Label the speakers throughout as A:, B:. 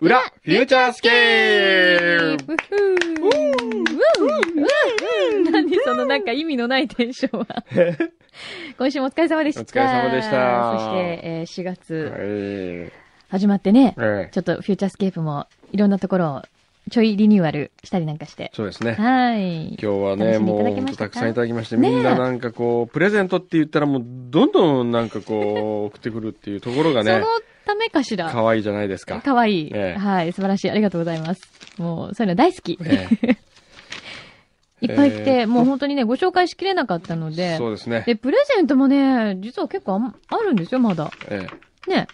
A: 裏、フューチャースケープ
B: 何そのなんか意味のないテンションは。今週もお疲れ様でした。
A: お疲れ様でした
B: そして、えー4月
A: え
B: 始まってね
A: ー、えー
B: ちょっとフューチャースケープもいろんなところをちょいリニューアルしたりなんかして。
A: そうですね。
B: はい。
A: 今日は
B: 楽
A: ね、
B: しんで
A: も
B: い
A: う
B: ただけ
A: 本
B: ま
A: 当
B: した
A: た
B: か
A: くさんいただきまして、
B: ねえ
A: みんななんかこう、プレゼントって言ったらもう、どんどんなんかこう、送ってくるっていうところが
B: そ
A: ね
B: の、ためかしら。
A: 可愛いじゃないですか。
B: かわいい。
A: ええ
B: はい。素晴らしい。ありがとうございます。もう、そういうの大好き。
A: え
B: いっぱい来て、
A: えー
B: もう本当にね、ご紹介しきれなかったので。
A: そうですね。
B: で、プレゼントもね、実は結構あんあるんですよ、まだ。
A: え
B: ね。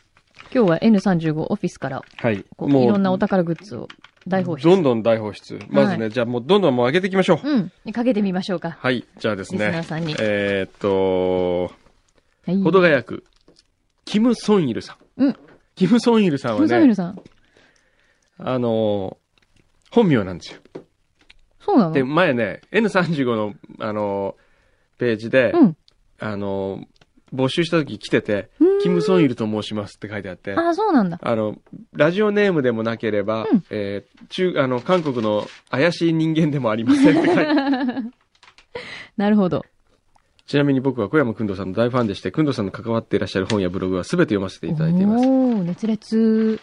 B: 今日は N35 オフィスから、
A: ーはい。
B: こう、いろんなお宝グッズを大放
A: ど
B: 出。
A: んどん大放出。まず
B: は
A: ね、じゃあもうどんどんもう上げていきましょう。
B: うん。かけてみましょうか。
A: はい。じゃあです
B: リスナー
A: ね。
B: さんに。
A: えーっと、
B: はい。
A: ほどがやく、キム・ソンイルさん。
B: うん
A: キム・ソンイルさん
B: キ
A: は
B: ムソンイ
A: ね
B: ル、さん。
A: あのー、本名なんですよ。
B: そうなの
A: で、前ね、N35 の、あの、ページで、
B: うん。
A: あの、募集した時来てて
B: うーん、
A: キム・ソンイルと申しますって書いてあって、
B: あ、そうなんだ。
A: あの、ラジオネームでもなければ、
B: うん
A: えー中、あの、韓国の怪しい人間でもありませんって書いてあ って
B: なるほど。
A: ちなみに僕は小山くんどさんの大ファンでして、くんどさんの関わっていらっしゃる本やブログは全て読ませていただいています。
B: おー、熱烈。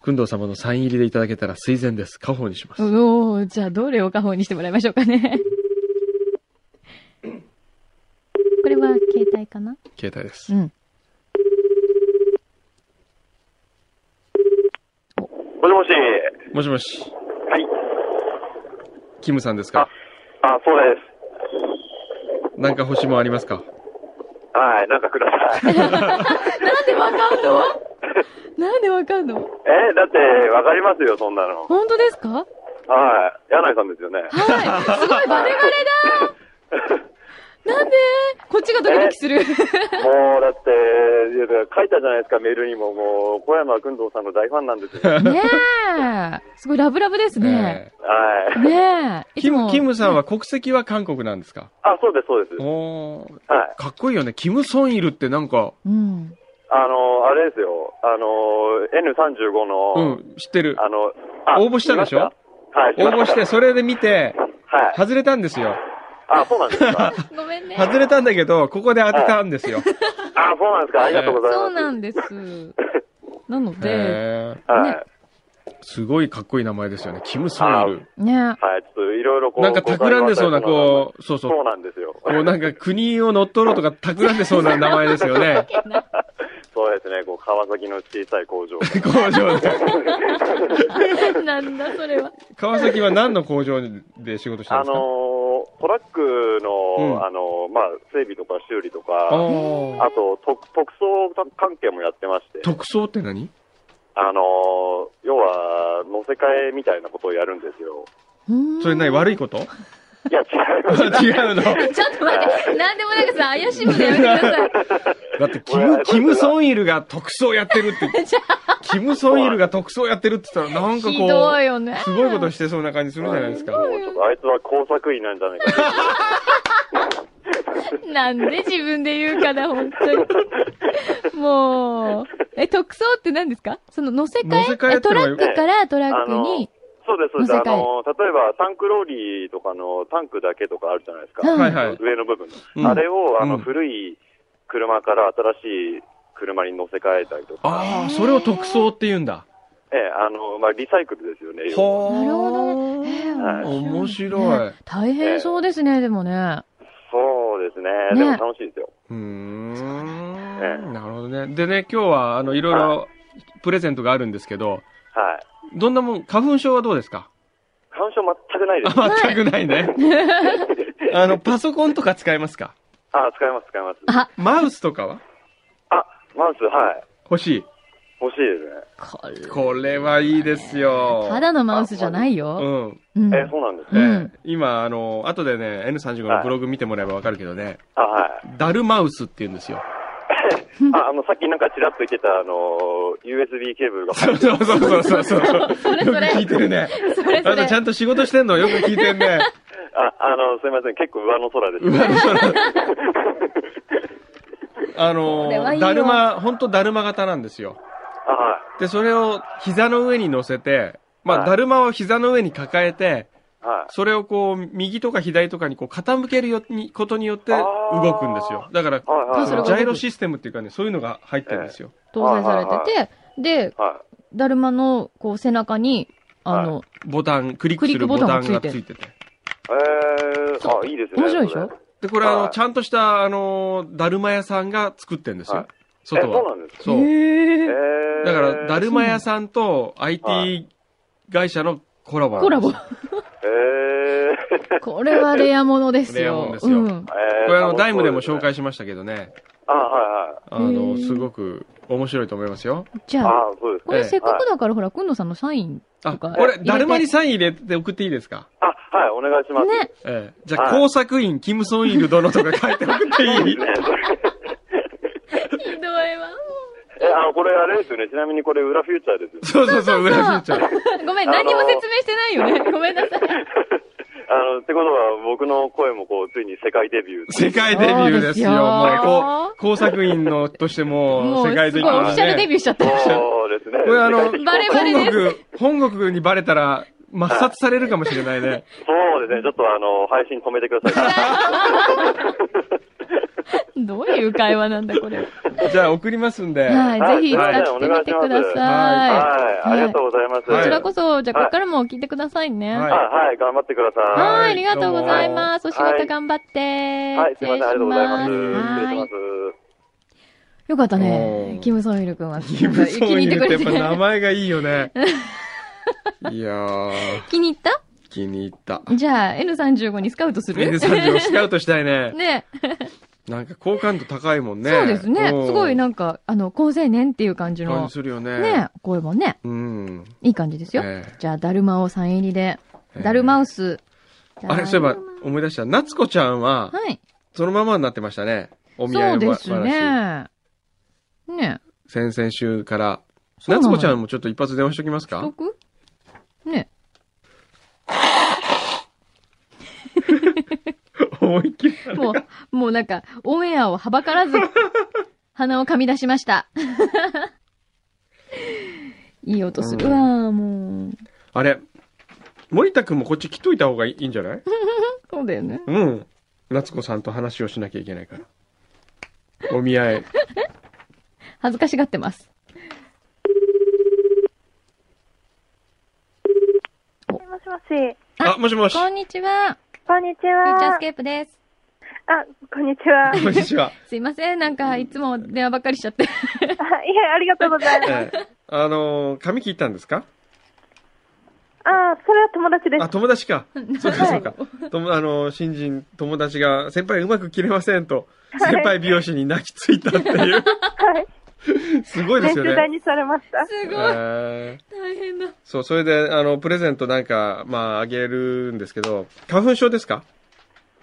A: くんど様のサイン入りでいただけたら垂涎です。家宝にします。
B: おー、じゃあどれを家宝にしてもらいましょうか ね。これは携帯かな
A: 携帯です。
B: うん。
C: もしもし。
A: もしもし、
C: はい。
A: キムさんですか
C: あ、そうです。
A: なんか星もありますか
C: はい、なんかくだ さい。
B: なんでわかんのなんでわかんの
C: え、だって、わかりますよ、そんなの。
B: 本当ですか
C: はい。柳井さんですよね。
B: はい。すごいバレバレ だなんでこっちがドキドキする。
C: もう、だって、いや書いたじゃないですか、メールにも。もう、小山君堂さんの大ファンなんです よ。はい。
B: ねえ。すごいラブラブです
A: えー
B: ね。ねえ。い
A: キ
B: つも
A: ム、キムさんは国籍は韓国なんですか
C: あ、そうです、そうです。
A: おー
C: はい。
A: かっこいいよね。キム・ソンイルってなんか、
B: うん。
C: あの、あれですよ。あの、N35
A: う
C: の、
A: ん、知ってる。
C: あの、あ
A: 応募したでしょ
C: 見またはい、
A: 応募し
C: ま
A: て、
C: た
A: それで見て、
C: はい。
A: 外れたんですよ。
C: あ、そうなんです か。
B: ごめんね。
A: 外れたんだけど、ここで当てたん ですよ。
C: あ、そうなんですか。ありがとうございます。
B: そうなんです。なので、
A: へー
C: はい。
B: ね
A: すごいかっこいい名前ですよね。キム・ソンイル。
B: ね
C: はい。ちょっと、いろいろこう。
A: なんか企んでそうな、こう、そう
C: う
A: そう。
C: そ
A: こ
C: うなんですよ。
A: うなんか国を乗っ取ろうとか企んでそうな名前ですよ ね。
C: そうですね、こう川崎の小さい 工場。
A: 工場で。
B: え。 なんだそれは。
A: 川崎は何の工場で仕事してるん
C: あ
A: ですか
C: のートラックの、
A: うん
C: あのーまあ、整備とか修理と
A: あ
C: か、
A: ー
C: あと特特捜関係もやってまして、
A: 特捜って何
C: あのー要は、乗せ替えみたいなことをやるんで すよ。
A: それ何
B: い。
A: 悪いこと
C: いや、違います。
A: 違うの。
B: ちょっと待って。なんでもなんかさ、怪しむのやめてく ださい。
A: だって、キ
C: これこ
A: ム、
C: れ
A: キム・ソンイルが特捜やってる って、キム・ソンイルが特捜やってるって言ったら、なんか
B: ひどい
A: こ
B: よね
A: う、。すごいことしてそうな感じするじゃないですか。
C: もうちょっとあいつは工作員なんじゃない かと。
B: なんで自分で言うかな、本 当に。もう。え、特捜って何ですかその乗せ替
A: 乗せ替え
B: え
A: って
B: ト
A: の
B: ラ
A: は
B: ックからトラックに。
C: そうです、そうです。
B: 乗
C: あ
B: せ替え
C: のー例えばタンクローリーとかのタンクだけとかあるじゃないですか。
B: うん
A: はいはい
C: 上の部分の、
A: うん
C: あれを、あの、
A: うん
C: 古い車から新しい車に乗せ替えたりとか。
A: ああ、それを特捜って言うんだ。
C: ええ、あの、まあ、リサイクルですよね。要は
A: ほー
B: なるほどね。えー
C: はい
A: 面白い
B: ね。大変そうですね、でもね。
C: そうですね。
B: ね
C: でも楽しいですよ。
A: うー
C: え
A: ん。なるほどね。でね、今日は、あの、いろい
C: は
A: ろ、プレゼントがあるんですけど、
C: はい。
A: どんなもん、花粉症はどうですか
C: 花干渉全くないです。
A: あ全くないね。あの、パソコンとか使えますか
C: あ、使います、使います。
B: あ、
A: マウスとかは
C: あ、マウス、はい。
A: 欲しい。
C: 欲しいですね。
B: こ
A: こ
B: れ。
A: れはいいですよ。
B: ただのマウスじゃないよ。
A: うん。
B: うん。
C: え、そうなんです
A: え
C: ね。
A: ー今、あの、後でね、N35 のブログ見てもらえばわかるけどね、
C: あ、はい。
A: ダルマウスって言うんですよ。
C: あ、あの、さっきなんかちらっと言ってた、あの、USB ケーブルが入
A: そ
C: っ
A: うそうそうそうそう。
B: それ
A: よ
B: そ
A: く
B: れ
A: 聞いてるね。
B: それそ
A: あと
B: れ
A: ち。ゃんと仕事してんのよく聞いてんね。
C: あ、あの、すいません、結構上の空です、
A: う
C: ね。
A: わそのあの
B: これはいいよ
A: だるま、本当だるま型なんですよ。
C: あ、は
A: で、それを膝の上に乗せて、ま
C: は
A: あ、
C: い
A: だるまを膝の上に抱えて、
C: い。は
A: それをこう、右とか左とかにこう傾けるよにことによって
C: あー
A: 動くんですよ。だから、
C: い。はい、
B: ど
C: は
B: う
C: い。
B: する
A: ジャイロシステムっていうかね、そういうのが入ってるんですよ。
B: 搭載されてて、で、
C: は
B: だるまの、こう、背中に、あの、
A: ボタン、クリックするボ
B: クリックボタ
A: タ
B: ン
A: ンが
B: がつ
A: つ
B: い
A: い
B: て
A: てて。
C: い。えー、あ、いいですね。
B: 面白いでしょ
C: それ
A: で、これあ
C: は
A: の、
C: い
A: ちゃんとした、あの、だるま屋さんが作ってるんです
C: は
A: よ
C: い。え、
A: 外
C: そう
A: は。
C: なんですか
A: そう。
B: へー
C: えー。
A: だから、だるま屋さんと
C: は
A: IT 会社のコラボなん
B: コ
A: で
B: ラ
A: す
B: ボ
A: よ。。
C: えー。
B: これはレアものですよ。
A: レアものですよ
B: うん。
C: えー
A: これあの、ダイムでも。
C: 楽しそう
A: 紹
C: すね
A: 介しましたけどね。
C: あ、はいはい。
A: あ
B: へ
A: の、
B: ー
A: すごく面白いと思いますよ。
B: じゃあ、
C: あ、そうです
B: こ
C: ね。
B: れせっかくだから、ほら、くんのさんのサイン。
A: あ、
B: とか
A: これ、
B: 入れて
A: だるまにサイン入れて送っていいですか
C: あ、はい、お願いします。
B: ね。
A: ええ。じゃあ、
C: はい
A: 工作員、キムソンイル殿とか書いて送っていい
B: ひどいわ。
C: え、あの、これあれですよね。ちなみにこれ裏フューチャーです
A: そ
C: よ。
A: うそうそう、裏フューチャー。
B: ごめん、
C: あの
B: 何にも説明してないよね。ごめんなさい。
C: あの、ってことは僕の声もこう、ついに世界デビュー。
A: 世界デビューですよ。
B: そうですよ
A: もう、こう工作員のとしても、
B: もう、
A: 世
B: すごいオ
A: 界
B: フ
A: 的なね
B: ィシャルデビューしちゃった。
C: そうですね。
A: これあの、
C: 世界
A: 本
C: 的
B: バレバレです
A: 国、本国にバレたら、抹殺されるかもしれないね。
C: そうですね。ちょっとあの、配信止めてください。
B: どういう会話なんだ、これ。
A: じゃあ、送りますんで。
B: はい、ぜひ
C: はい
B: 使ってみてくださ
C: はい。ありがとうございます。
B: い。こ
A: は
B: ち
A: い
B: らこそ、じゃあ、
C: は
B: こ
C: い
B: こからも聞いてくださいね。
A: はい
C: あはい、頑張ってください。
B: は
A: はい
B: い、ありがとうございます。お仕事頑張って。
C: はい、すいません。ありがとうございます。
B: 失礼し
C: 失礼し
B: は
C: ま
B: い
C: す。
B: よかった
A: う
B: ね。
A: ん
B: キム・ソンイル君は。
A: キムソ
B: 気
A: ン
B: に
A: イ
B: 入
A: ル
B: って
A: って
B: くれ
A: やってぱ。名前がいいよ ね。いやー、
B: 気に入った
A: 気に入った。
B: じゃあ、N35 にスカウトする
A: N30 をスカウトしたいね。
B: ね
A: なんか好感度高いもんね。
B: そうですね。すごい
A: な。
B: なんか、あの、高青年っていう感じ
A: 感
B: の
A: じ、するよね。
B: ね、声もね、
A: うん。
B: いい感じですよ。
A: ええ
B: じゃあ、だるまをサイン入りで、だるマウス。
A: あれ、そういえば
B: だる
A: 思い出した。夏子ちゃんは
B: ま、はい。
A: そのままになってましたね。お見合いう
B: そ
A: の
B: で
A: 話。
B: すね。ね
A: 先々週から。
B: そうなの
A: 夏
B: よ
A: 子ちゃんもちょっと一発電話しときます
B: え、
A: か
B: 得ね
A: 思いっきり。
B: え、もう、 もうなんか、オンエアをはばからず、鼻を噛み出しました。 いい音する。う
A: うん
B: わーもう。
A: あれ、森田くんもこっち来といた方がいいんじゃない
B: そうだよね。
A: うん。夏子さんと話をしなきゃいけないから。お見合い。
B: 恥ずかしがってます。
D: もしもし。
A: あ、もしもし。
B: こんにちは。
D: こんにち
B: フューチャー
D: は
B: ス。ケープです。
D: あ、こんにちは。あ、い
A: こんにちは。
B: すいません。なんか、いつも電話ばっかりしちゃって。
D: え、ありがとうございます。
A: ええあのー髪切ったんですか
D: あ、それは友達です
A: あ、。友達 か。そうか、
D: は
A: そ
D: いう
A: か。ともあのー新人、友達が、先輩うまく切れませんと、
D: はい
A: 先輩美容師に泣きついたっていう。
D: はい。
A: すごいで
D: ね、
A: すよね
D: 取。材にされました。
B: すごい。
A: えー
B: 大変だ。
A: そう、それで、あの、プレゼントなんか、まあ、あげるんですけど、花粉症ですか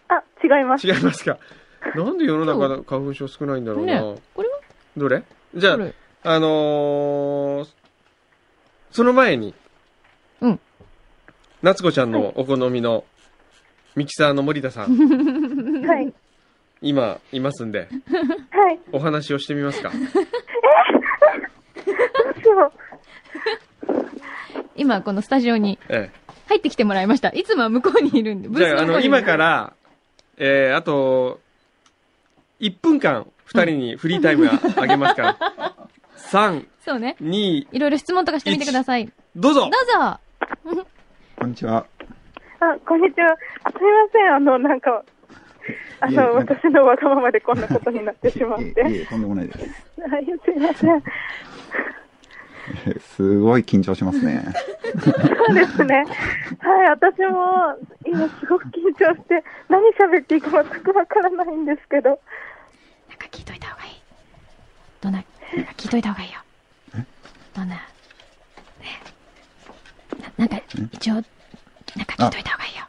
D: あ、違います。
A: 違いますかなんで世の中の花粉症少ないんだろうな。
B: ねこれは
A: どれじゃあ
B: こ、れ
A: あのーその前に、
B: うん。
A: 夏子ちゃんのお好みの、ミキサーの森田さん、
D: はい。
A: 今、いますんで、
D: はい。
A: お話をしてみますか。
D: どうしよ
B: 今、このスタジオに
A: え
B: 入ってきてもらいました。いつもは向こうにいるんで。
A: え。
B: ブ
A: じ
B: ース
A: ゃあ、あ
B: の
A: の、
B: 方にいる
A: 今か。ら、えー、あと、1分間、2人にフリータイムあげますから。3、
B: そうね。
A: 2、
B: いろいろ質問とかしてみてください。ど
A: どうぞ
B: うぞ
E: こんにちは。
D: う。あ、こんにちは。すいません。あの、なんか、あ
E: いえな
D: の、
E: んか
D: 私のわがままでこんなことになってし まっ
E: い
D: て。は
E: えい
D: い、
E: え、とんでもないです。
D: すいません。
E: すごい緊張しますね。
D: そうですね。はい、私も今すごく緊張して、何喋っていいか全くわからないんですけど、
B: なんか聞いといた方がいい。どんな、なんか聞いといた方がいいよ。どんな、ね。ななんか、一応、なんか聞いといた方がいいよ。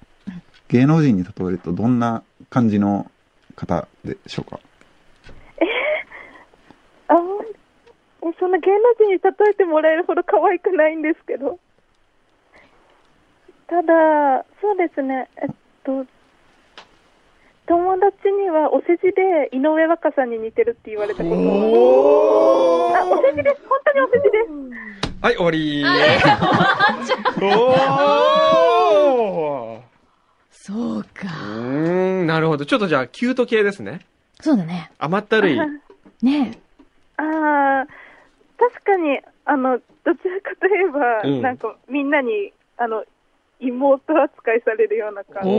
E: 芸能人に例えるとどんな感じの方でしょうか
D: あんそんな芸能人に例えてもらえるほど可愛くないんですけど。ただ、そうですね、えっと、友達にはお世辞で井上若さんに似てるって言われたことあ、お世辞です。本当にお世辞です。
A: はい、終わりおー
B: そう
A: う
B: か。
A: ーん、なるほど。ちょっとじゃあ、キュート系ですね。
B: そうだね。
A: 甘ったるい。
B: ねえ。
D: ああ、確かに、あの、どちらかといえば、
A: うん
D: なんか、みんなに、あの、妹扱いされるような感じ。
A: お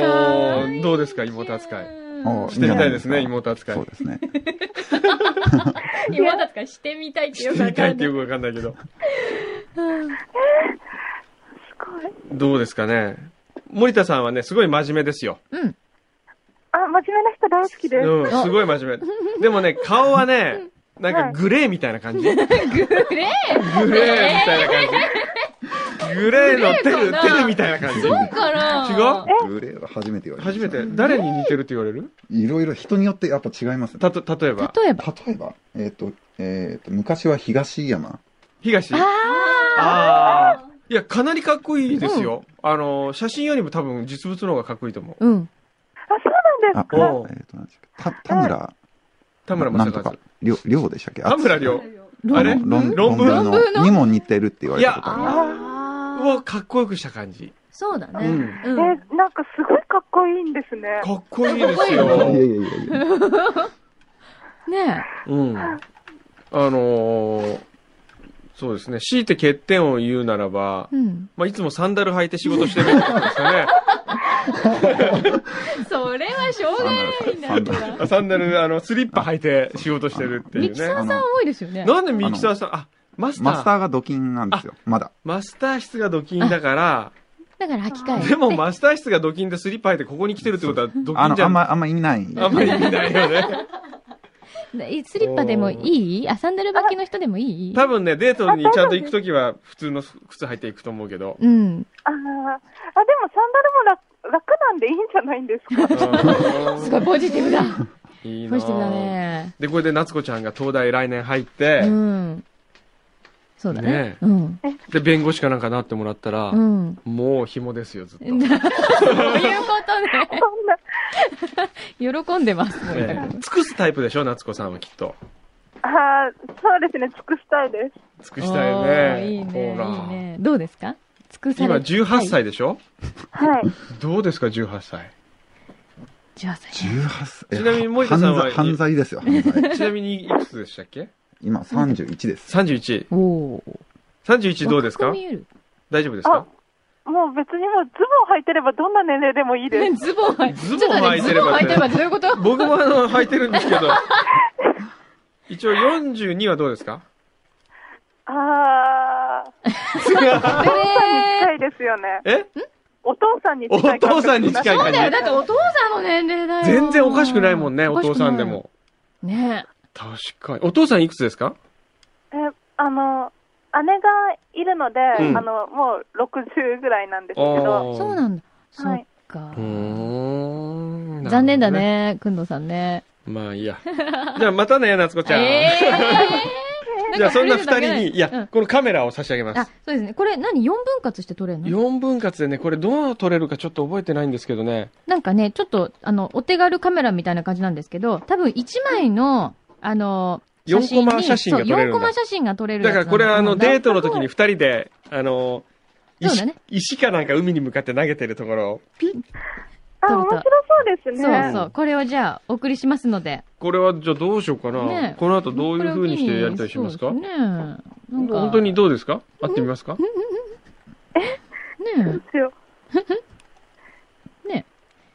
B: ーかわいい
A: どうですか、妹扱い。
E: お
A: してみたいですね、妹扱い
E: そう。ですね。
B: 妹扱いしてみたいって
A: して
B: よくわ
A: みた
B: か
A: い
B: る
A: ってよくわかんないけど。
D: すごい。
A: どうですかね。森田さんはね、すごい真面目ですよ。
B: うん。
D: あ、真面目な人大好きです。
A: うん、すごい真面目。でもね、顔はね、なんかグレーみたいな感じ。グレー
B: グレー
A: みたいな感じ。グレーのテ
B: グレー
A: ル、
B: か
A: テ
B: な
A: ルみたいな感じ。違う
B: から。
E: グレーは初めて言われま
A: 初
E: した
A: めて、誰に似てるって言われる
E: いろいろ人によってやっぱ違いますね。
A: たと、例えば。
B: 例えば。
E: 例えば、えっ、と、えっ、と、昔は東山。
A: 東。
B: あ
A: ああ。いや、かなりかっこいいですよ。あの、写真よりも多分実物の方がかっこいいと思う。
B: ーうん。
D: あ、そうな
E: あ、えっ、
D: んですか。
A: おう
E: と、なんでしたっけた田村、
A: 田村
E: なん
A: 正
E: と
A: 和
E: か。、りょう、りょうでしたっけ
A: 田村亮。あれ
E: 論
A: 論
E: 論
A: 文
E: 文のにも似てるって言われたことあります。
B: あ
A: をかっこよくした感じ。
B: そうだ
A: う
B: ね。
A: ん。
B: う
D: え。、なんかすごいかっこいいんですね。
A: かっこいいです
E: いやいや
A: よ。
E: いやいや。
B: ね
A: うん。あのーそうですね。強いて欠点を言うならば
B: え。、うん。
A: まあ、いつもサンダル履いて仕事してるんですかね。
B: それはしょうがないんだ
E: サン
B: け
E: ダル
B: ど。
A: サンダル、 あの、スリッパ履いて仕事してるってい
B: ミ
A: う
B: キサーさ
A: ね。
B: ん多いですよね。
A: なんでミキサーさん、あ、マスター。
E: マスターがドキンなんですよ。まだ。
A: マスター室がドキンだから、
B: だから履き替え。
A: でもマスター室がドキンでスリッパ履いてここに来てるってことはド
E: あ
A: キンじゃ
E: の、あん
A: ん。
E: ま、あんま意味ない。
A: あんまり意味ないよね。
B: えスリッパでもいいあ、サンダル履きの人でもいい
A: 多分ね、デートにちゃんと行くときは普通の靴履いていくと思うけど。
B: うん。
D: あーあ、でもサンダルも楽楽なんでいいんじゃないんで すか。
B: すごいポジティブだ。
A: いいな
B: ポジティブだね。
A: で、これで夏子ちゃんが東大来年入って、
B: うん。そうだね
A: ね。
B: うん。
A: で、弁護士かなんかなってもらったら、
B: うん。
A: もう紐ですよ、ずっと。
B: そういうことね。
D: そんな。
B: 喜んでます、森田
A: ね尽くすタイプでしょ、夏子さんはきっと。
D: ああ、そうですね、尽くしたいです。
A: 尽く
B: 君
A: したい
B: おー
A: ね。
B: いいね。
A: ほら
B: いいね。どうですか尽くさ
A: 今
B: れ
A: 18。歳でしょ、
D: はい。
A: どうですか、18歳。
B: 18歳。
E: 18歳。え
A: ちなみに森田さんは
E: 犯罪犯罪ですよ、犯罪。
A: ちなみにいくつでしたっけ
E: 今31です。
A: ?31。
B: おおー。
A: 31どうですか
B: 若く見える
A: 大丈夫ですか
D: もう別にもうズボン履いてればどんな年齢でもいいです。
B: ズボン履いて
A: ズボン履いてれば
B: ちょっとねズボン履いてればどういうこと
A: 僕もあの、履いてるんですけ ど。一応42はどうですか
D: ああ、近いですよね。
A: え
D: お父さんに
A: お
D: 近い感
A: 父
D: 覚
A: さんに近い
B: そうだ
A: 感
B: よ。だってお父さんの年齢だよ。
A: じ。全然おかしくないもんね、お
B: かしくない
A: 父さんで。も。
B: ね
A: 確かに。お父さんいくつですか
D: え、あの、姉がいるので、
A: うん
D: あの、もう60ぐらいなんですけ
A: あ
D: ど、
A: ー
B: そうなんだ。そ
D: は
B: っ
D: い
B: か
A: う。ーん。
B: 残念だ。ね、くんどさんね。
A: まあいいや。じゃあまたね、夏子ちゃん。
B: え ー
A: じゃあそんな二人に、い。
B: か触れるだけだ
A: や
B: ね、
A: このカメラを差し上げ
B: う
A: ま
B: んあ
A: す。、
B: そうですね。これ何 ?4 分割して撮れるの
A: 4分割でね、これどう撮れるかちょっと覚えてないんですけどね。
B: なんかね、ちょっと、あの、お手軽カメラみたいな感じなんですけど、多分1枚の、あの、
A: 四コマ
B: に
A: 写真が撮れるんだ
B: そう、4コマ写真が撮れるや
A: だか
B: つなの。
A: らこれはあの、
B: うんだ
A: デートの時に二人で、あの、
B: そう
A: 石,、
B: だね
A: 石かなんか海に向かって投げてるところを
D: あ、
B: そう
D: 面
B: そう
D: 白そうですね。
B: そうそう。これをじゃあ、お送りしますので。
A: これはじゃあどうしようかな。
B: ね
A: この後どういう風にしてやりたりしますか
B: そうですね。なんか
A: 本当にどうですか会ってみますか
B: ね
D: ですよ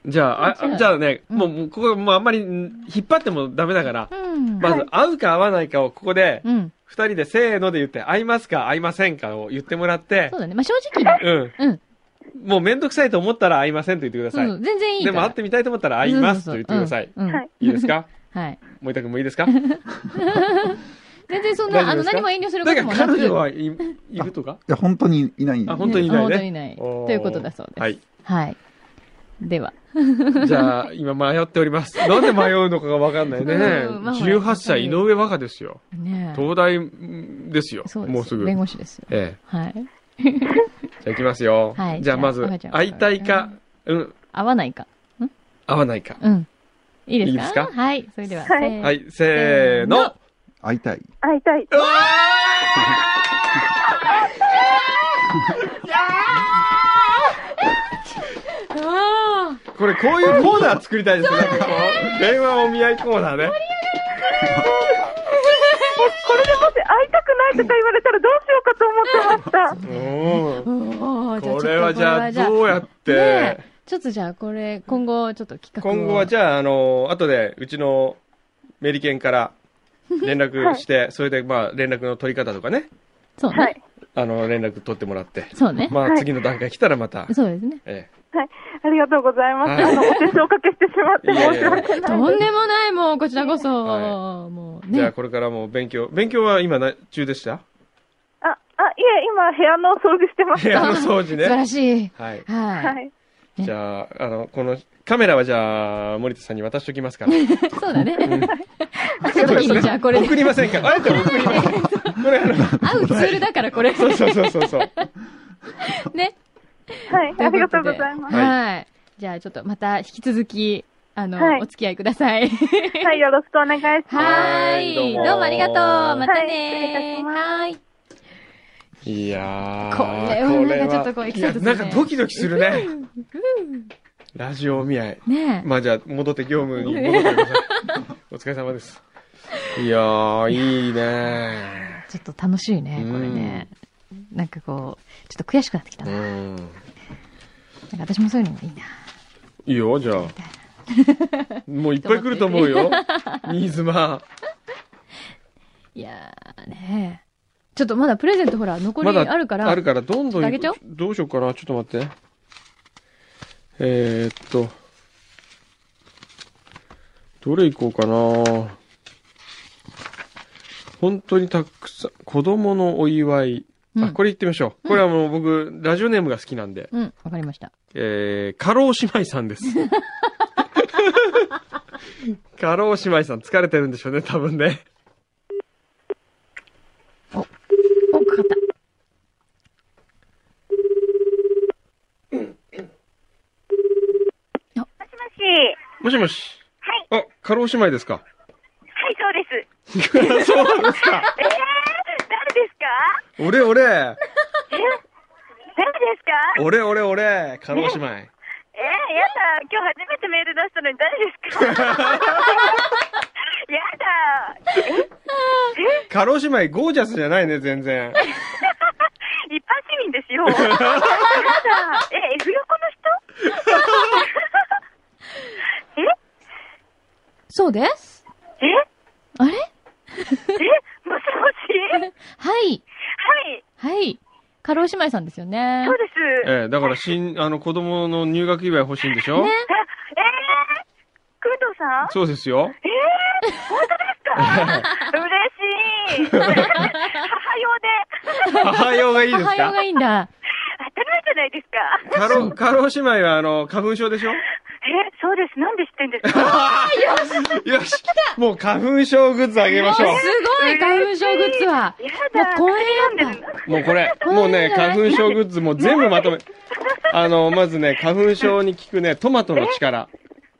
A: じゃあ、
B: じゃあ
A: あ、じゃあね、
B: うん
A: もうもう、ここ、もうあんまりん引っ張ってもダメだから、
B: え。うん。
A: まず会うか会わないかをここで、
B: うん。
A: 二人でせーので言って、合いますか合いませんかを言ってもらって
B: そう、だね。まあ、正直に。
A: うん。
B: うん。
A: もうめんどくさいと思ったら合いませんと言ってください。
B: うん、全然いいか
A: で
B: ら。
A: も会ってみたいと思ったら合いますと
B: そう
A: 言
B: そ
A: っ
B: う
A: てください。
B: そううん
D: はい。
A: いいですか
B: はい。
A: 森田君もいいです か
B: 全然そん
A: 大丈夫です
B: な、
A: か
B: あの、何も遠慮するこ
A: だか
B: とも
A: ら
B: なく。
A: 彼女はい、いるとか
E: や、本当にいない。
A: あ本当にいないね
B: 本当にいない。
A: おー
B: ということだそうです。
A: はい。
B: はい。では。
A: じゃあ、今迷っており ます。なんで迷うのかがわかんないね。
B: うんまあ
A: 18歳、井上若ですよ。
B: ねえ。
A: 東大ですよ。
B: そうです。
A: もうすぐ。
B: 弁
A: え
B: 護士ですよ。
A: え。
B: はい。
A: じゃあ行きますよ。
B: はい
A: じゃあまず
B: じゃあ、
A: 会いたいか、うん、
B: 合わないか。
A: 会わないか。
B: うん。いいですか
A: いいですか
B: はい。それでは。
D: はい
B: せーの
A: はい、せーの。
B: の
E: 会いたい。
D: 会いたい。
A: うわ
B: あ
A: ーこれこういうコーナー作りたいですね。こう電話お見合いコーナーね。
D: これでもし会いたくないとか言われたらどうしようかと思ってました。
A: うん
B: ーおーじゃあちょっと
A: これはじゃあ、
B: これは
A: どうやっ
B: じゃあ
A: て
B: ね、えちょっとじゃあ、これ、今後、ちょっと企画を。
A: 今後はじゃあ、あの、後で、うちのメリケンから連 絡して、それで、まあ、連絡の取り方とかね、
B: そう
D: は
B: ね。
D: い。
A: あの、連絡取ってもらって、
B: そうね。
A: ま
D: は
A: あ、
D: い
A: 次の段階来たらまた、
B: そうですね。
A: え
D: ありがとうございます。あの、お手数おかけしてしまって
A: いや
D: 申
A: い
D: し訳
A: や
D: ない。
B: とんでもない、もう、こちらこそ。
A: は
B: もう
A: え、じゃあ、
B: ね。
A: これからも勉強、勉強は今な、中でした
D: あ、あ、いえ、今、部屋の掃除してまし
A: 部屋
D: た。
A: の掃除
B: 素晴
A: ね。
B: らしい。
A: はい。
B: は。
D: はいい。
B: ね
A: じゃあ、あの、この、カメラはじゃあ、森田さんに渡しときます から。
B: そうだね。
A: そうです
B: いいじゃんこれ
A: 送りませんかあえて送り ません。これあの、
B: 合うツールだから、こ れ。
A: そうそうそうそうそう。
B: ね。
D: はい。ありがとうございます。
A: はい
B: はい。じゃあ、ちょっとまた引き続き、あの、
D: はい
B: お付き合いください。
D: はい。よろしくお願いします。
B: は
A: はい
B: い。
A: どうも
B: どうもありがとう。またね。
D: は
B: はい。
A: いやー。
B: これはなんかちょっとこうエキサイトするね
A: いやなんかドキドキするね。ラジオお見合い。
B: ね
A: まあじゃあ、戻って業務に戻ってください。お疲れ様です。いやー、いいね
B: え。ちょっと楽しいね、これね。なんかこう、ちょっと悔しくなってきた
A: う
B: な。なん
A: ん。
B: か私もそういうのもいいな。
A: いいよ、じゃあ。もういっぱい来ると思う よ。新妻。
B: いやーねちょっとまだプレゼントほら、残り
A: まだ
B: あるから。
A: あるから、どんどん。
B: ちょっとあげちゃおう
A: どうしようかな。ちょっと待って。えー、っと。どれ行こうかな。本当にたくさん、子供のお祝い。
B: う
A: あ、
B: ん
A: これ行ってみましょう。これはもう僕、ラジオネームが好きなんで。
B: うん、わかりました。
A: えー、過労姉妹さん です。過労姉妹さん、疲れてるんでしょうね、多分ね。
B: お、かかった。
D: もしはい、
A: もしもし。はい。あ、過労姉妹です か
D: そうです。
A: そうですか。
D: えー、誰ですか
A: 俺俺、
D: 誰ですか
A: 俺俺俺、カロ姉妹。
D: えー、やだ。今日初めてメール出したのに誰で すかやだ。
A: カロ姉妹ゴージャスじゃないね、全然。
D: 一般市民で すよ。やだ。え、F 横の人
B: そうです
D: え
B: あれ
D: えもしもし
B: はい。
D: はい、
B: はい。過労姉妹さんですよね。
D: そうです。
A: ええ、だから、新、あの、子供の入学祝い欲しいんでしょ
B: ね
D: あえー、工藤さん
A: そうですよ。
D: えー、本当です か嬉しい。母用で。
A: 母用がいいです
B: 母親
A: か
B: がいいんだ。
D: 当たり前じゃないですか。
A: カロ、カロ姉妹は、あの、花粉症でしょ
D: えー、そうです。なんで知ってんですか
A: よしもう花粉症グッズあげましょ
B: おすごい、花粉症グッズは。
D: や
B: も
D: だ。
B: う公園
D: な
B: なんん
D: で
B: だ。
A: う。もうこれ、もうね、花粉症グッズもう全部まとめ。あの、まずね、花粉症に効くね、トマトの力、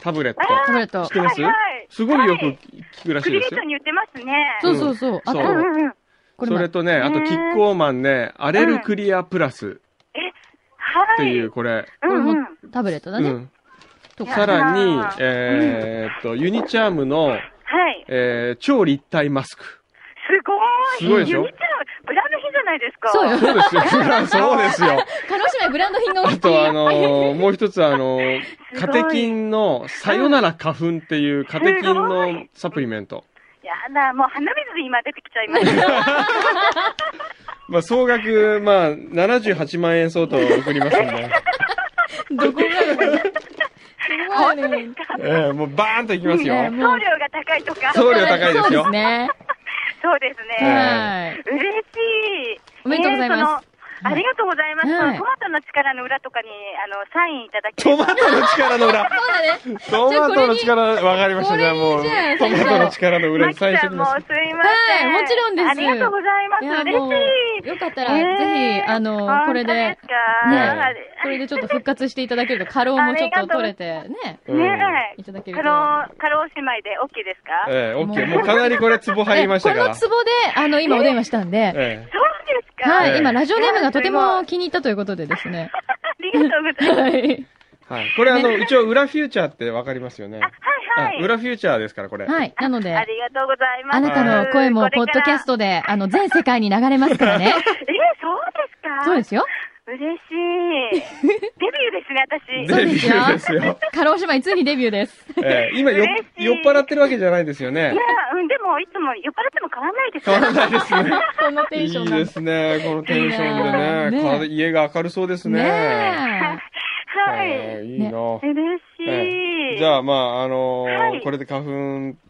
A: タブレット。
B: タブレッ
A: 知
B: ト
A: っ。てます
D: はいはい
A: すごいよ
D: は
A: く
D: い
A: 効くらし
D: ク
A: い
D: リ
A: で
D: エ
A: す
D: イト
A: よ。
D: に言ってますね。
B: そうそうそう。あ
A: そ
B: と
A: う、
D: うんうん。
B: これ
A: それ
B: も。
A: とね、あと、キッコーマンね、アレルクリアプラスっ
D: は
A: て
D: い。
A: いう、これ。
D: うんうん。
B: タブレットだ
A: う
B: ね。
A: ん。
B: と
A: さ
B: か。
A: ら
D: い
A: に
D: やー、
A: えーっと、ユニチャームの、
D: はい。
A: えー超立体マスク。
D: すごい。
A: すごいでしょ
D: ユニチャームブランド品じゃないですか。
B: そうよ。
A: そうですよ。そうですよ。
B: カロシマブランド品が多
A: あ
B: い。
A: と、あ のーもう一つ、あのー
D: すごい
A: カテキンの、さよなら花粉っていうカテキンのサプリメント。
D: やだ、もう鼻水今出てきちゃい ました。
A: まあ、総額、まあ、78万円相当送りますん で。
B: どこがよ。
D: 本
B: すご
D: 当
B: い
D: です
B: ね。
D: か
A: ええもうバーンといきますよ。
B: ねも
D: 送
B: う
D: 料が高いとか。
A: 送料高いですよ
B: そうですね。
D: そうです
A: え
D: ね。
B: はい。
D: 嬉しい。
B: おめでとうございます
D: えーそのありがとうございます。
B: はい
D: トマトの力の裏とかにあのサインいただけ
A: ト
D: れ
A: マ
D: ば
A: トの力の裏。
B: そうだね。
A: トマトの力、わかりました。じゃあもう
B: これ、
A: ト
B: にじゃあ
A: マトの力の裏
D: マ
A: に
D: キ
A: サインし
D: さ
A: て
D: ん
A: き
D: も
A: ますす。
D: いません。
B: はいもちろんです
D: ありがとうございま
B: い
D: す。
B: や、
D: 嬉
B: も
D: しい。
B: う、よかったら、ぜひ、あの、これで、ね
D: ね
B: これでちょっと復活していただけると、過労もちょっと取れて、ね、
A: うん
D: ね
B: いただけ
D: え。
B: る
D: カ
B: と。
D: ロー、カロー姉妹で OK ですか、
A: ええ、オッケー。もうかなりこれ、ツボ入りましたか
B: ねこ
A: ら
B: の。ツボで、あの、今お電話したんで、
A: ええ。
D: そうですか、
B: はい、
A: ええ
B: 今、ラジオネームがとても気に入ったということでですね。
D: ありがとうござい ます。
B: はい。
A: はい。これ、あの、一応、裏フューチャーってわかりますよね。
D: はいはい。
A: 裏フューチャーですから、これ。
B: はい。なので、
D: ありがとうございます。
B: あなたの声も、ポッドキャス
D: ト。
B: トで、あの、全世界に流れますから ね。
D: えー、そうですか
B: そうですよ。
D: 嬉しい。デビューですね、私。
B: そう
A: デ
B: で
A: ビ
B: すよ
A: ューですよ。
B: 過労姉妹、ついにデビューです。
A: ええ、今、よ
D: 嬉しい
A: 酔っ払ってるわけじゃないですよね
D: いや。、うん、でも、いつも酔っ払っても変わらないです
A: 変わらないですね。
B: こんないテンション
A: い
B: なん
A: で
B: です
A: ね。このテンション
B: いいな
A: で
B: あ
A: ね。
B: ね
A: か家が明るそうですね。
B: ね
D: は
A: ええ
D: い。
A: いいな。
D: 嬉しい。
A: ええじゃあ、まあ、あのー
D: はい
A: これで花粉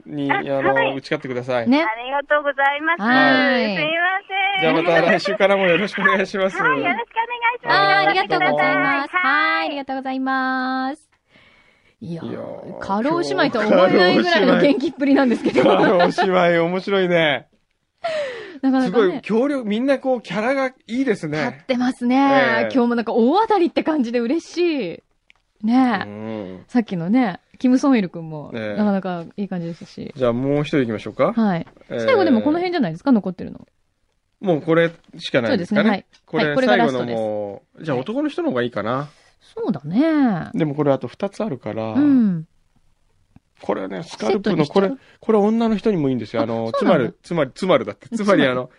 A: に、
D: あ
A: あのー
D: はい
A: 打ち勝ってください。
B: え。ね
D: あ。りがとうございます。
B: はい
D: すいません。
A: じゃあ、また来週からもよろしくお願いします。
D: はい、よろしくお願いします。
B: あーありがとうございます。は、
D: はい
B: ありがとうございます。いや
A: いや
B: ー、
A: ー
B: 過労姉妹とは思えないぐらいの元気っぷりなんですけど、な
A: あ
B: か
A: のお芝居面白いね。
B: な
A: す
B: か
A: ごい
B: ね、
A: 協力、みんなこうキャラがいいです
B: 勝っ
A: ね。
B: てますね。
A: ええ
B: 今日もなんか大当たりって感じで嬉しい。ね
A: うん。
B: え、さっきのね、キム・ソンイル君も、
A: ええ
B: なかなかいい感じでしたし。
A: じゃあもう一人行きましょうか。
B: はい。
A: えー
B: 最後でもこの辺じゃないですか、残ってるの。
A: もうこれしかないですかね。
B: そうですねはい
A: これ、
B: はいこれが
A: 最
B: ラ
A: 後
B: スト
A: の
B: です
A: もう、じゃあ
B: はい
A: 男の人の方がいいかな。
B: そうだね。
A: でもこれあと二つあるから、
B: うん。
A: これね、スカルプ
B: セット
A: の、
B: にしちゃ
A: こ
B: う
A: れ、これ女の人にもいいんですよ。
B: あ
A: あの、
B: そ
A: つ
B: うな
A: ま
B: んだ
A: る、つまり、つまるだって。つまりあの、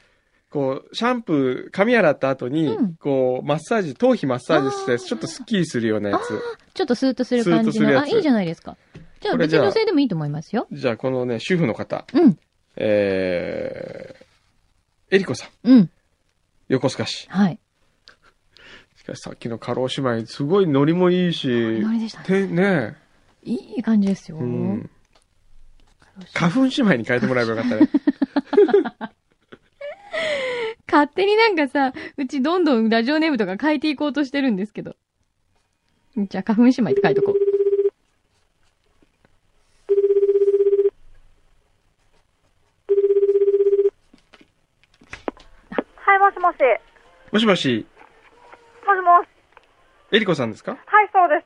A: こう、シャンプー、髪洗った後に、
B: うん
A: こう、マッサージ、頭皮マッサージし
B: あ
A: て、
B: ー
A: ちょっとスッキリするようなやつ。
B: ちょっとスーッとする感じ
A: スーッとする
B: の。
A: や
B: あ、
A: つ
B: いいじゃないですか。じゃあ
A: これ
B: 別
A: じゃ
B: に
A: あ
B: 女性でもいいと思いますよ。
A: じゃあ、このね、主婦の方、
B: うん。
A: えー、えりこさん、
B: うん。
A: 横須賀市。
B: はい。
A: しかしさっきの過労姉妹、すごいノリもいいし
B: 終わ、りでしたね。
A: て、ね
B: いい感じですよ。
A: え、うん。
B: か
A: 花粉姉妹に変えてもらえばよかった ね。
B: 勝手になんかさ、うちどんどんラジオネームとか変えていこうとしてるんですけど。じゃあ、花粉姉妹って書い とこう。
D: はい、もしもし。
A: もしもし、
D: もしもし。
A: えりこさんですか
D: はい、そうで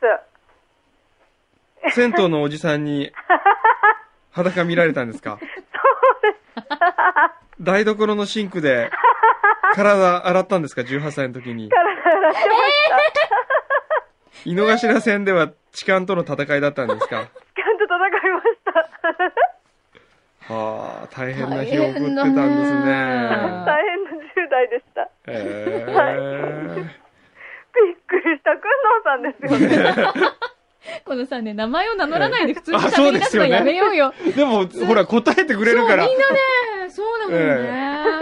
D: す。
A: 銭湯のおじさんに裸見られたんですか台所のシンクで体洗ったんですか ?18 歳の時に。井の頭線では痴漢との戦いだったんですか
D: ちゃんと戦いました。
A: はあ、大変な日を送ってたんですね。
D: 大変な10代でした。
A: えー
D: びっくりした。くんのさんですよね。
B: このさね、名前を名乗らないで普通に
A: あそ
B: 喋
A: う
B: り
A: で
B: 出す
A: す
B: の
A: よね
B: やめようよ。
A: でも、ほら、答えてくれ
B: そう、
A: る
B: みんな
A: か
B: ね
A: ら。、
B: そうなのね。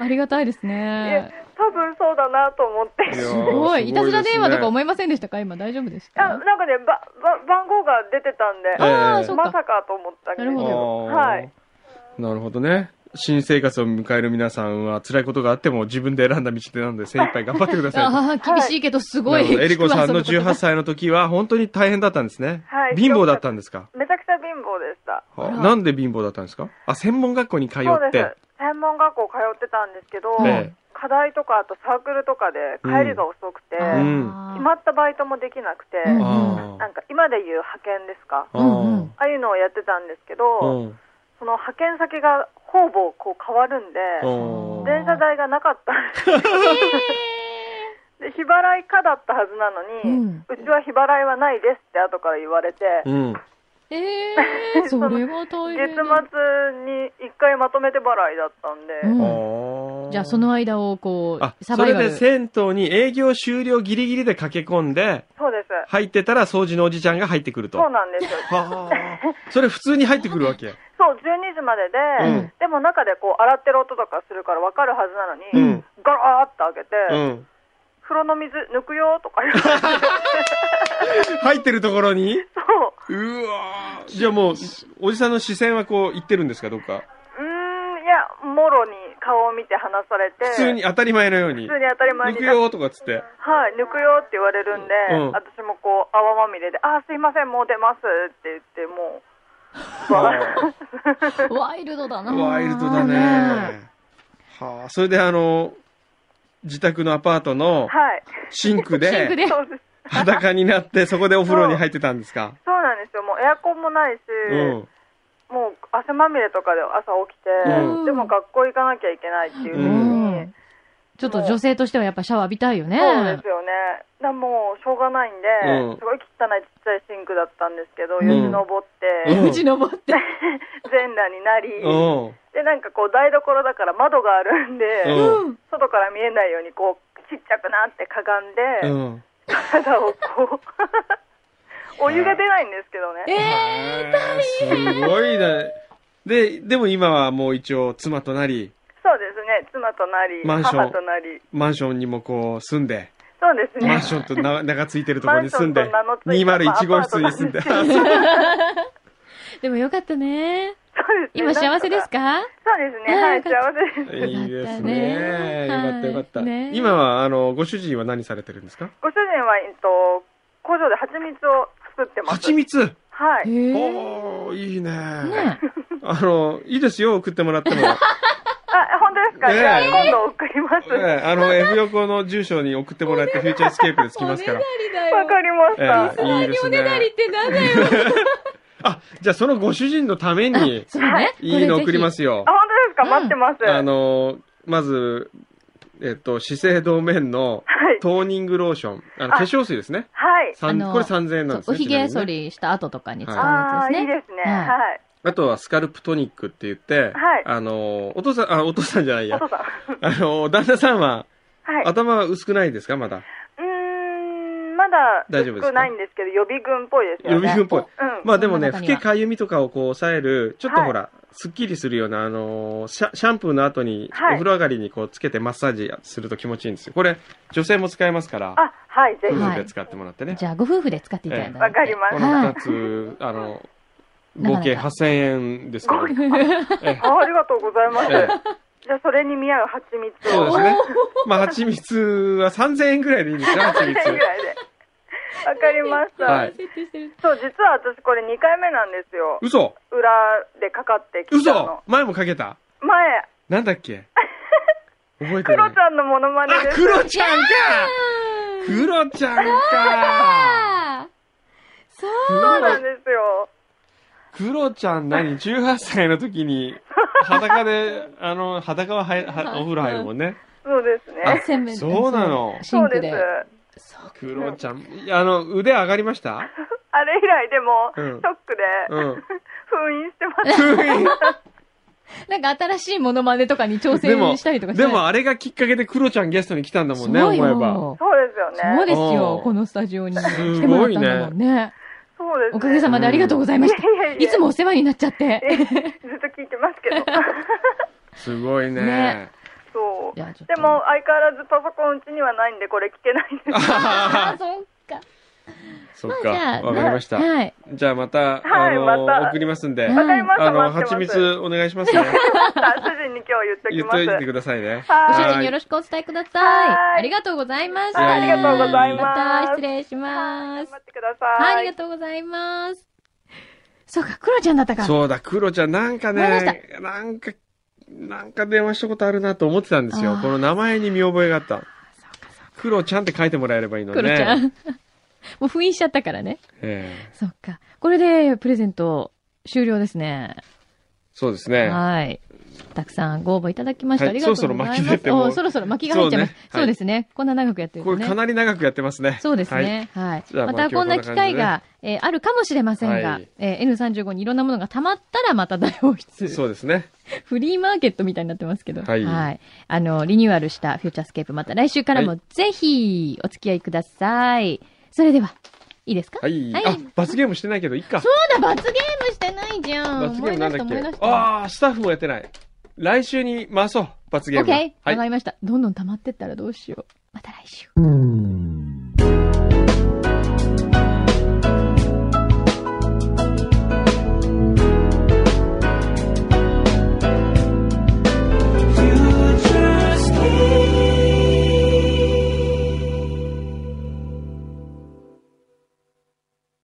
B: ありがたいです
D: いや
B: ね。
D: 多分そうだなと思って。
A: いや
B: す
A: ー
B: ごい。いたずら電話とか
A: すごい
B: 思いませんでしたか今大丈夫です
D: あ
B: か
D: なんかねばば、番号が出てたんで、
A: えー
B: ああ、そう
D: ま
B: か。
D: さかと思ったんですけ
B: なる
D: ど。
B: ほ
A: あ
D: は
A: ー
D: い。
A: なるほどね。新生活を迎える皆さんは辛いことがあっても自分で選んだ道なので精一杯頑張ってください。なる
B: ああ、厳しいけどすごい。
A: ほどえりこ さんの
B: 聞くわ
A: 18歳の時は本当に大変だったんですね。
D: はい
A: 貧乏だったんですか
D: めちゃくちゃ貧乏でした。
A: はあ
B: ら
A: なんで貧乏だったんですかあ、専門学校に通っ
D: そうで
A: て。
D: す。専門学校通ってたんですけど、
A: ええ
D: 課題とかあとサークルとかで帰りが遅くて、
B: そ
A: うん
B: あ
D: 決
B: ー
D: まったバイトもできなくて、
B: うん
A: あ
D: なんか今で言う派遣ですか
A: あ。
B: うんうん
A: あ
D: ああいうのをやってたんですけ
A: あ。う
D: ど、
A: ん。
D: その派遣先が方々こう変わるんで、
A: うん
D: 電車代がなかったんですで日払いかだったはずなのに、
B: う
D: うんちは日払いはないですって後から言われて、
A: うん。
B: え え、それは大
D: 月
B: 変
D: 末。に一回まとめて払いだったんで、
B: うん
A: ああ
B: じゃあその間をこ
A: あ、
B: う、サ
A: そ
B: バイ
A: れ
B: バル。
A: で銭湯に営業終了ギリギリで駆け込んで、
D: そうです。
A: 入ってたら掃除のおじちゃんが入ってくると。
D: そうなんですよ。
A: はあ。それ普通に入ってくるわけ。
D: そう、12時までで、
A: うん
D: でも中でこう洗ってる音とかするから分かるはずなの
A: う
D: に、
A: ん
D: ガラーって開けて、
A: うん。
D: 風呂の水抜くよとか言われて、
A: 入ってるところに
D: そう
A: わーじゃあもう、おじさんの視線はこう、行ってるんですか、どっか。
D: う、うーん、いや、もろに顔を見て話されて、
A: 普通に、当たり前のように。
D: 普通に当たり前
A: 行
D: に
A: くよーとかっつって。
D: はい、抜くよって言われるんで、
A: うん
D: 私もこう、泡まみれで、あー、すいません、もう出ますって言って、もう、
B: ワイルドだな。
A: ワイルドだね。はあ、それであの、自宅のアパートの
D: はい、
A: シンク
B: シンク
A: で
B: で
D: そうです
A: 裸になって、そこでお風呂に入ってたんですか。
D: そうなんですよ、もうエアコンもないし、
A: うん。
D: もう汗まみれとかで朝起きて、
A: うん
D: でも学校行かなきゃいけないっていう時
B: う
D: に、
B: ん。ちょっと女性としてはやっぱシャワー浴びたいよね。
D: そうですよね。だからもう、しょうがないんで、
A: うん
D: すごい汚いちっちゃいシンクだったんですけど、
A: ん
D: よじ登って、
A: うん
B: うち登って。
D: 全裸になり、
A: うん。
D: で、なんかこう、台所だから窓があるんで、
A: うん。
D: 外から見えないように、こう、ちっちゃくなってかがん
A: う
D: で、
A: ん。
D: 体を こう、お湯が出ないんですけどね。
A: えー、すごいだ。で、でも今はもう一応妻となり、
D: そうですね。妻となり、
A: マンション
D: 母となり。
A: マンションにもこう住んで、
D: そうですね。
A: マンションとな名がついてるところに住んで
D: マンションと、名の付いた
A: 201号室に 住んで。
B: でもよかったね。
D: そうですね
B: 今幸せですか
D: そうですね。はい、幸せです。
A: いいです
B: よ
A: ね。よ
B: かったね
A: かったよかった。
B: はいね
A: 今は、あの、ご主人は何されてるんですか
D: ご主人は、えっと、工場で蜂蜜を作ってます。
A: 蜂蜜
D: はい。
B: へえ。
A: おー、いいね。
B: ね
A: あの、いいですよ、送ってもらっても。
D: あ、本当ですか、
A: ねえ
D: じゃあ今度送ります。
A: ええあの、F 横の住所に送ってもらって、フューチャースケープでつき
B: おね
A: ま
B: だ
A: すか
B: り
A: ら。
B: だ
D: わ
B: よ。
D: かりました。
A: ええいいです
B: おねだりっ
A: ね。
B: てなんだよ。
A: あ、じゃあそのご主人のために、
B: そうね。。
A: いいの送りますすよ
D: あ、。本当ですか、
B: うん
D: 待ってます。
A: あの、まず、えっと、資生堂面の
D: はい。
A: トーニングローション。あの、
D: あ
A: 化粧水ですね。
D: はい。
A: さん
B: あの
A: これ3000円なん
B: そ
A: です
B: うお
A: ね。
B: ひ
A: ちなみ
B: げ
A: にね
B: 剃りした後とかに使う
D: あ
B: や
D: あ
B: つ
D: ー、
B: で
D: いい
B: すね。
D: ですね。
B: はい
D: はい。
A: あとはスカルプトニックって言って、
D: はい
A: あの、お父さん、あ、お父さんじゃない
D: お
A: や。
D: 父さん。
A: あの、旦那さんは、
D: はい。
A: 頭は薄くないですかまだ。
D: うーん、まだ、
A: 大丈夫ですか
D: 少ないんですけど、予備軍っぽいです
A: 予
D: よね。
A: 備軍っぽい。
D: うん。
A: まあでもね、
B: そ
A: 老
B: んな中には
A: けかゆみとかをこう抑える、ちょっと
D: はい
A: ほら、すっきりするような、あのーシャ、シャンプーの後に、
D: は
A: お
D: い
A: 風呂上がりにこうつけてマッサージすると気持ちいいんですよ。これ、女性も使えますから、
D: あ、はい、ぜ
A: 夫
D: ひ。
B: は
A: 婦
B: い
A: で使ってもらってね。
B: じゃあ、ご夫婦で使っていただいて。
D: わかりま
A: こ
D: した。
A: の二つ、あの、
B: なか
A: 合
B: なか
A: 計8000円ですから。え
D: あありがとうございます。
A: え
D: じゃあ、それに見合う蜂蜜
A: そう
D: を。
A: ですね。まあ、蜂蜜は3000円ぐらいでいいん ですね、蜂蜜。
D: ぐらいで。わかりました。
A: はい
B: 設定してる
D: そう、実は私これ2回目なんですよ。
A: 嘘
D: 裏でかかってきた
A: 嘘
D: の。
A: 前もかけた
D: 前、
A: なんだっけ覚えて
D: ク
A: な
D: ロ
A: い
D: ち。ゃんのモノマネ
A: あ
D: で、す。
A: クロちゃんかクロちゃんか
B: あそう。
A: ク
D: そう
A: ロ
D: なんですよ。
A: クロちゃん何 ?18 歳の時に、裸で、あの、裸ははいはお風呂入るもんね。
D: そうですね。
A: あそうなの
B: シ
D: そ
B: ン
D: う
B: ク
D: です
B: で。。
A: クロちゃん。いやあの、腕上がりました
D: あれ以来でも、シ
A: うん
D: ョックで、
A: うん。
D: 封印してます。
B: なんか新しいモノマネとかに挑
A: でも
B: 戦したりとか、して
A: でもあれがきっかけでクロちゃんゲストに来たんだもんね、
B: そう
A: 思え
B: よ
A: ば。
D: そうですよね。
B: そうですよ
A: う。ん
B: このスタジオに来てもらったんだもんね。
D: そうですね。
B: おかげさまでありがとうございました。
D: いやいや
B: いつもお世話になっちゃって。
D: えずっと聞いてま すけど。
A: すごいね。
B: ね
D: そう。
B: いやちょっと
D: でも、相変わらずパソコンうちにはないんで、これ聞けないんです。
B: あ、そっか。
A: そっ
B: まあ
A: か、
B: じゃあ、
A: わかりました。
B: はい。
A: じゃあまた、
D: はい
A: あの、
D: また
A: 送りますんで、
B: うん
D: わかりました。
A: あの、
D: 待って
A: 蜂
D: ます。
A: 蜜お願いしますね。
D: さあ主人に今日言っとき
A: 言っ
D: ます。
A: といてくださいね。
D: は
B: ご
D: い
B: 主人によろしくお伝えくださ。
D: はいい
B: ありがとうございました。
D: はいありがとうございます
B: また失礼し
D: は
B: ま
D: い
B: す
D: 頑張。ってくださ
B: はい
D: い。、
B: ありがとうございます。そうか、クロちゃんだったか。
A: そうだ、クロちゃん、なんか
B: 思い出
A: ね、なんか、なんか電話したことあるなと思ってたんです
B: あ
A: よ。
B: ー
A: この名前に見覚えがあった。クロちゃんって書いてもらえればいいのね。
B: クロちゃん。もう封印しちゃったからね。
A: ええ
B: そっか。これで、プレゼント、終了ですね。
A: そうですね。
B: はい。たくさんご応募いただきました。
A: はい
B: ありがとうございます。
A: そろそろ巻き出ても
B: おそろそろ巻きが入っちゃいます。そう,、
A: そうねはい
B: ですね。こんな長くやってる
A: ことれか
B: ね。
A: なり長くやってますね。
B: そうです
A: はい。
B: ね。はい。
A: じゃあ
B: ま
A: まあ
B: たこんな機会が、えーあるかもしれませんが、
A: はい
B: えー N35 にいろんなものが溜まったらまた大放出。
A: そうですね。
B: フリーマーケットみたいになってますけど。
A: はい
B: あの、リニューアルしたフューチャースケープ、また来週から
A: は
B: もぜひお付き合いください。それでは、いいですか
A: はい、
B: はい
A: あ、罰ゲームしてないけど、いっか。
B: そうだ、罰ゲームしてないじゃん。
A: 罰ゲームなんだっ
B: 思い出
A: け
B: した思い出した
A: ああ、スタッフもやってない。来週に回そう、罰ゲー
B: オッ
A: ムは。
B: ケー。
A: は
B: わ
A: い
B: か。りました。どんどん溜まってったらどうしよう。また来週。
F: うん。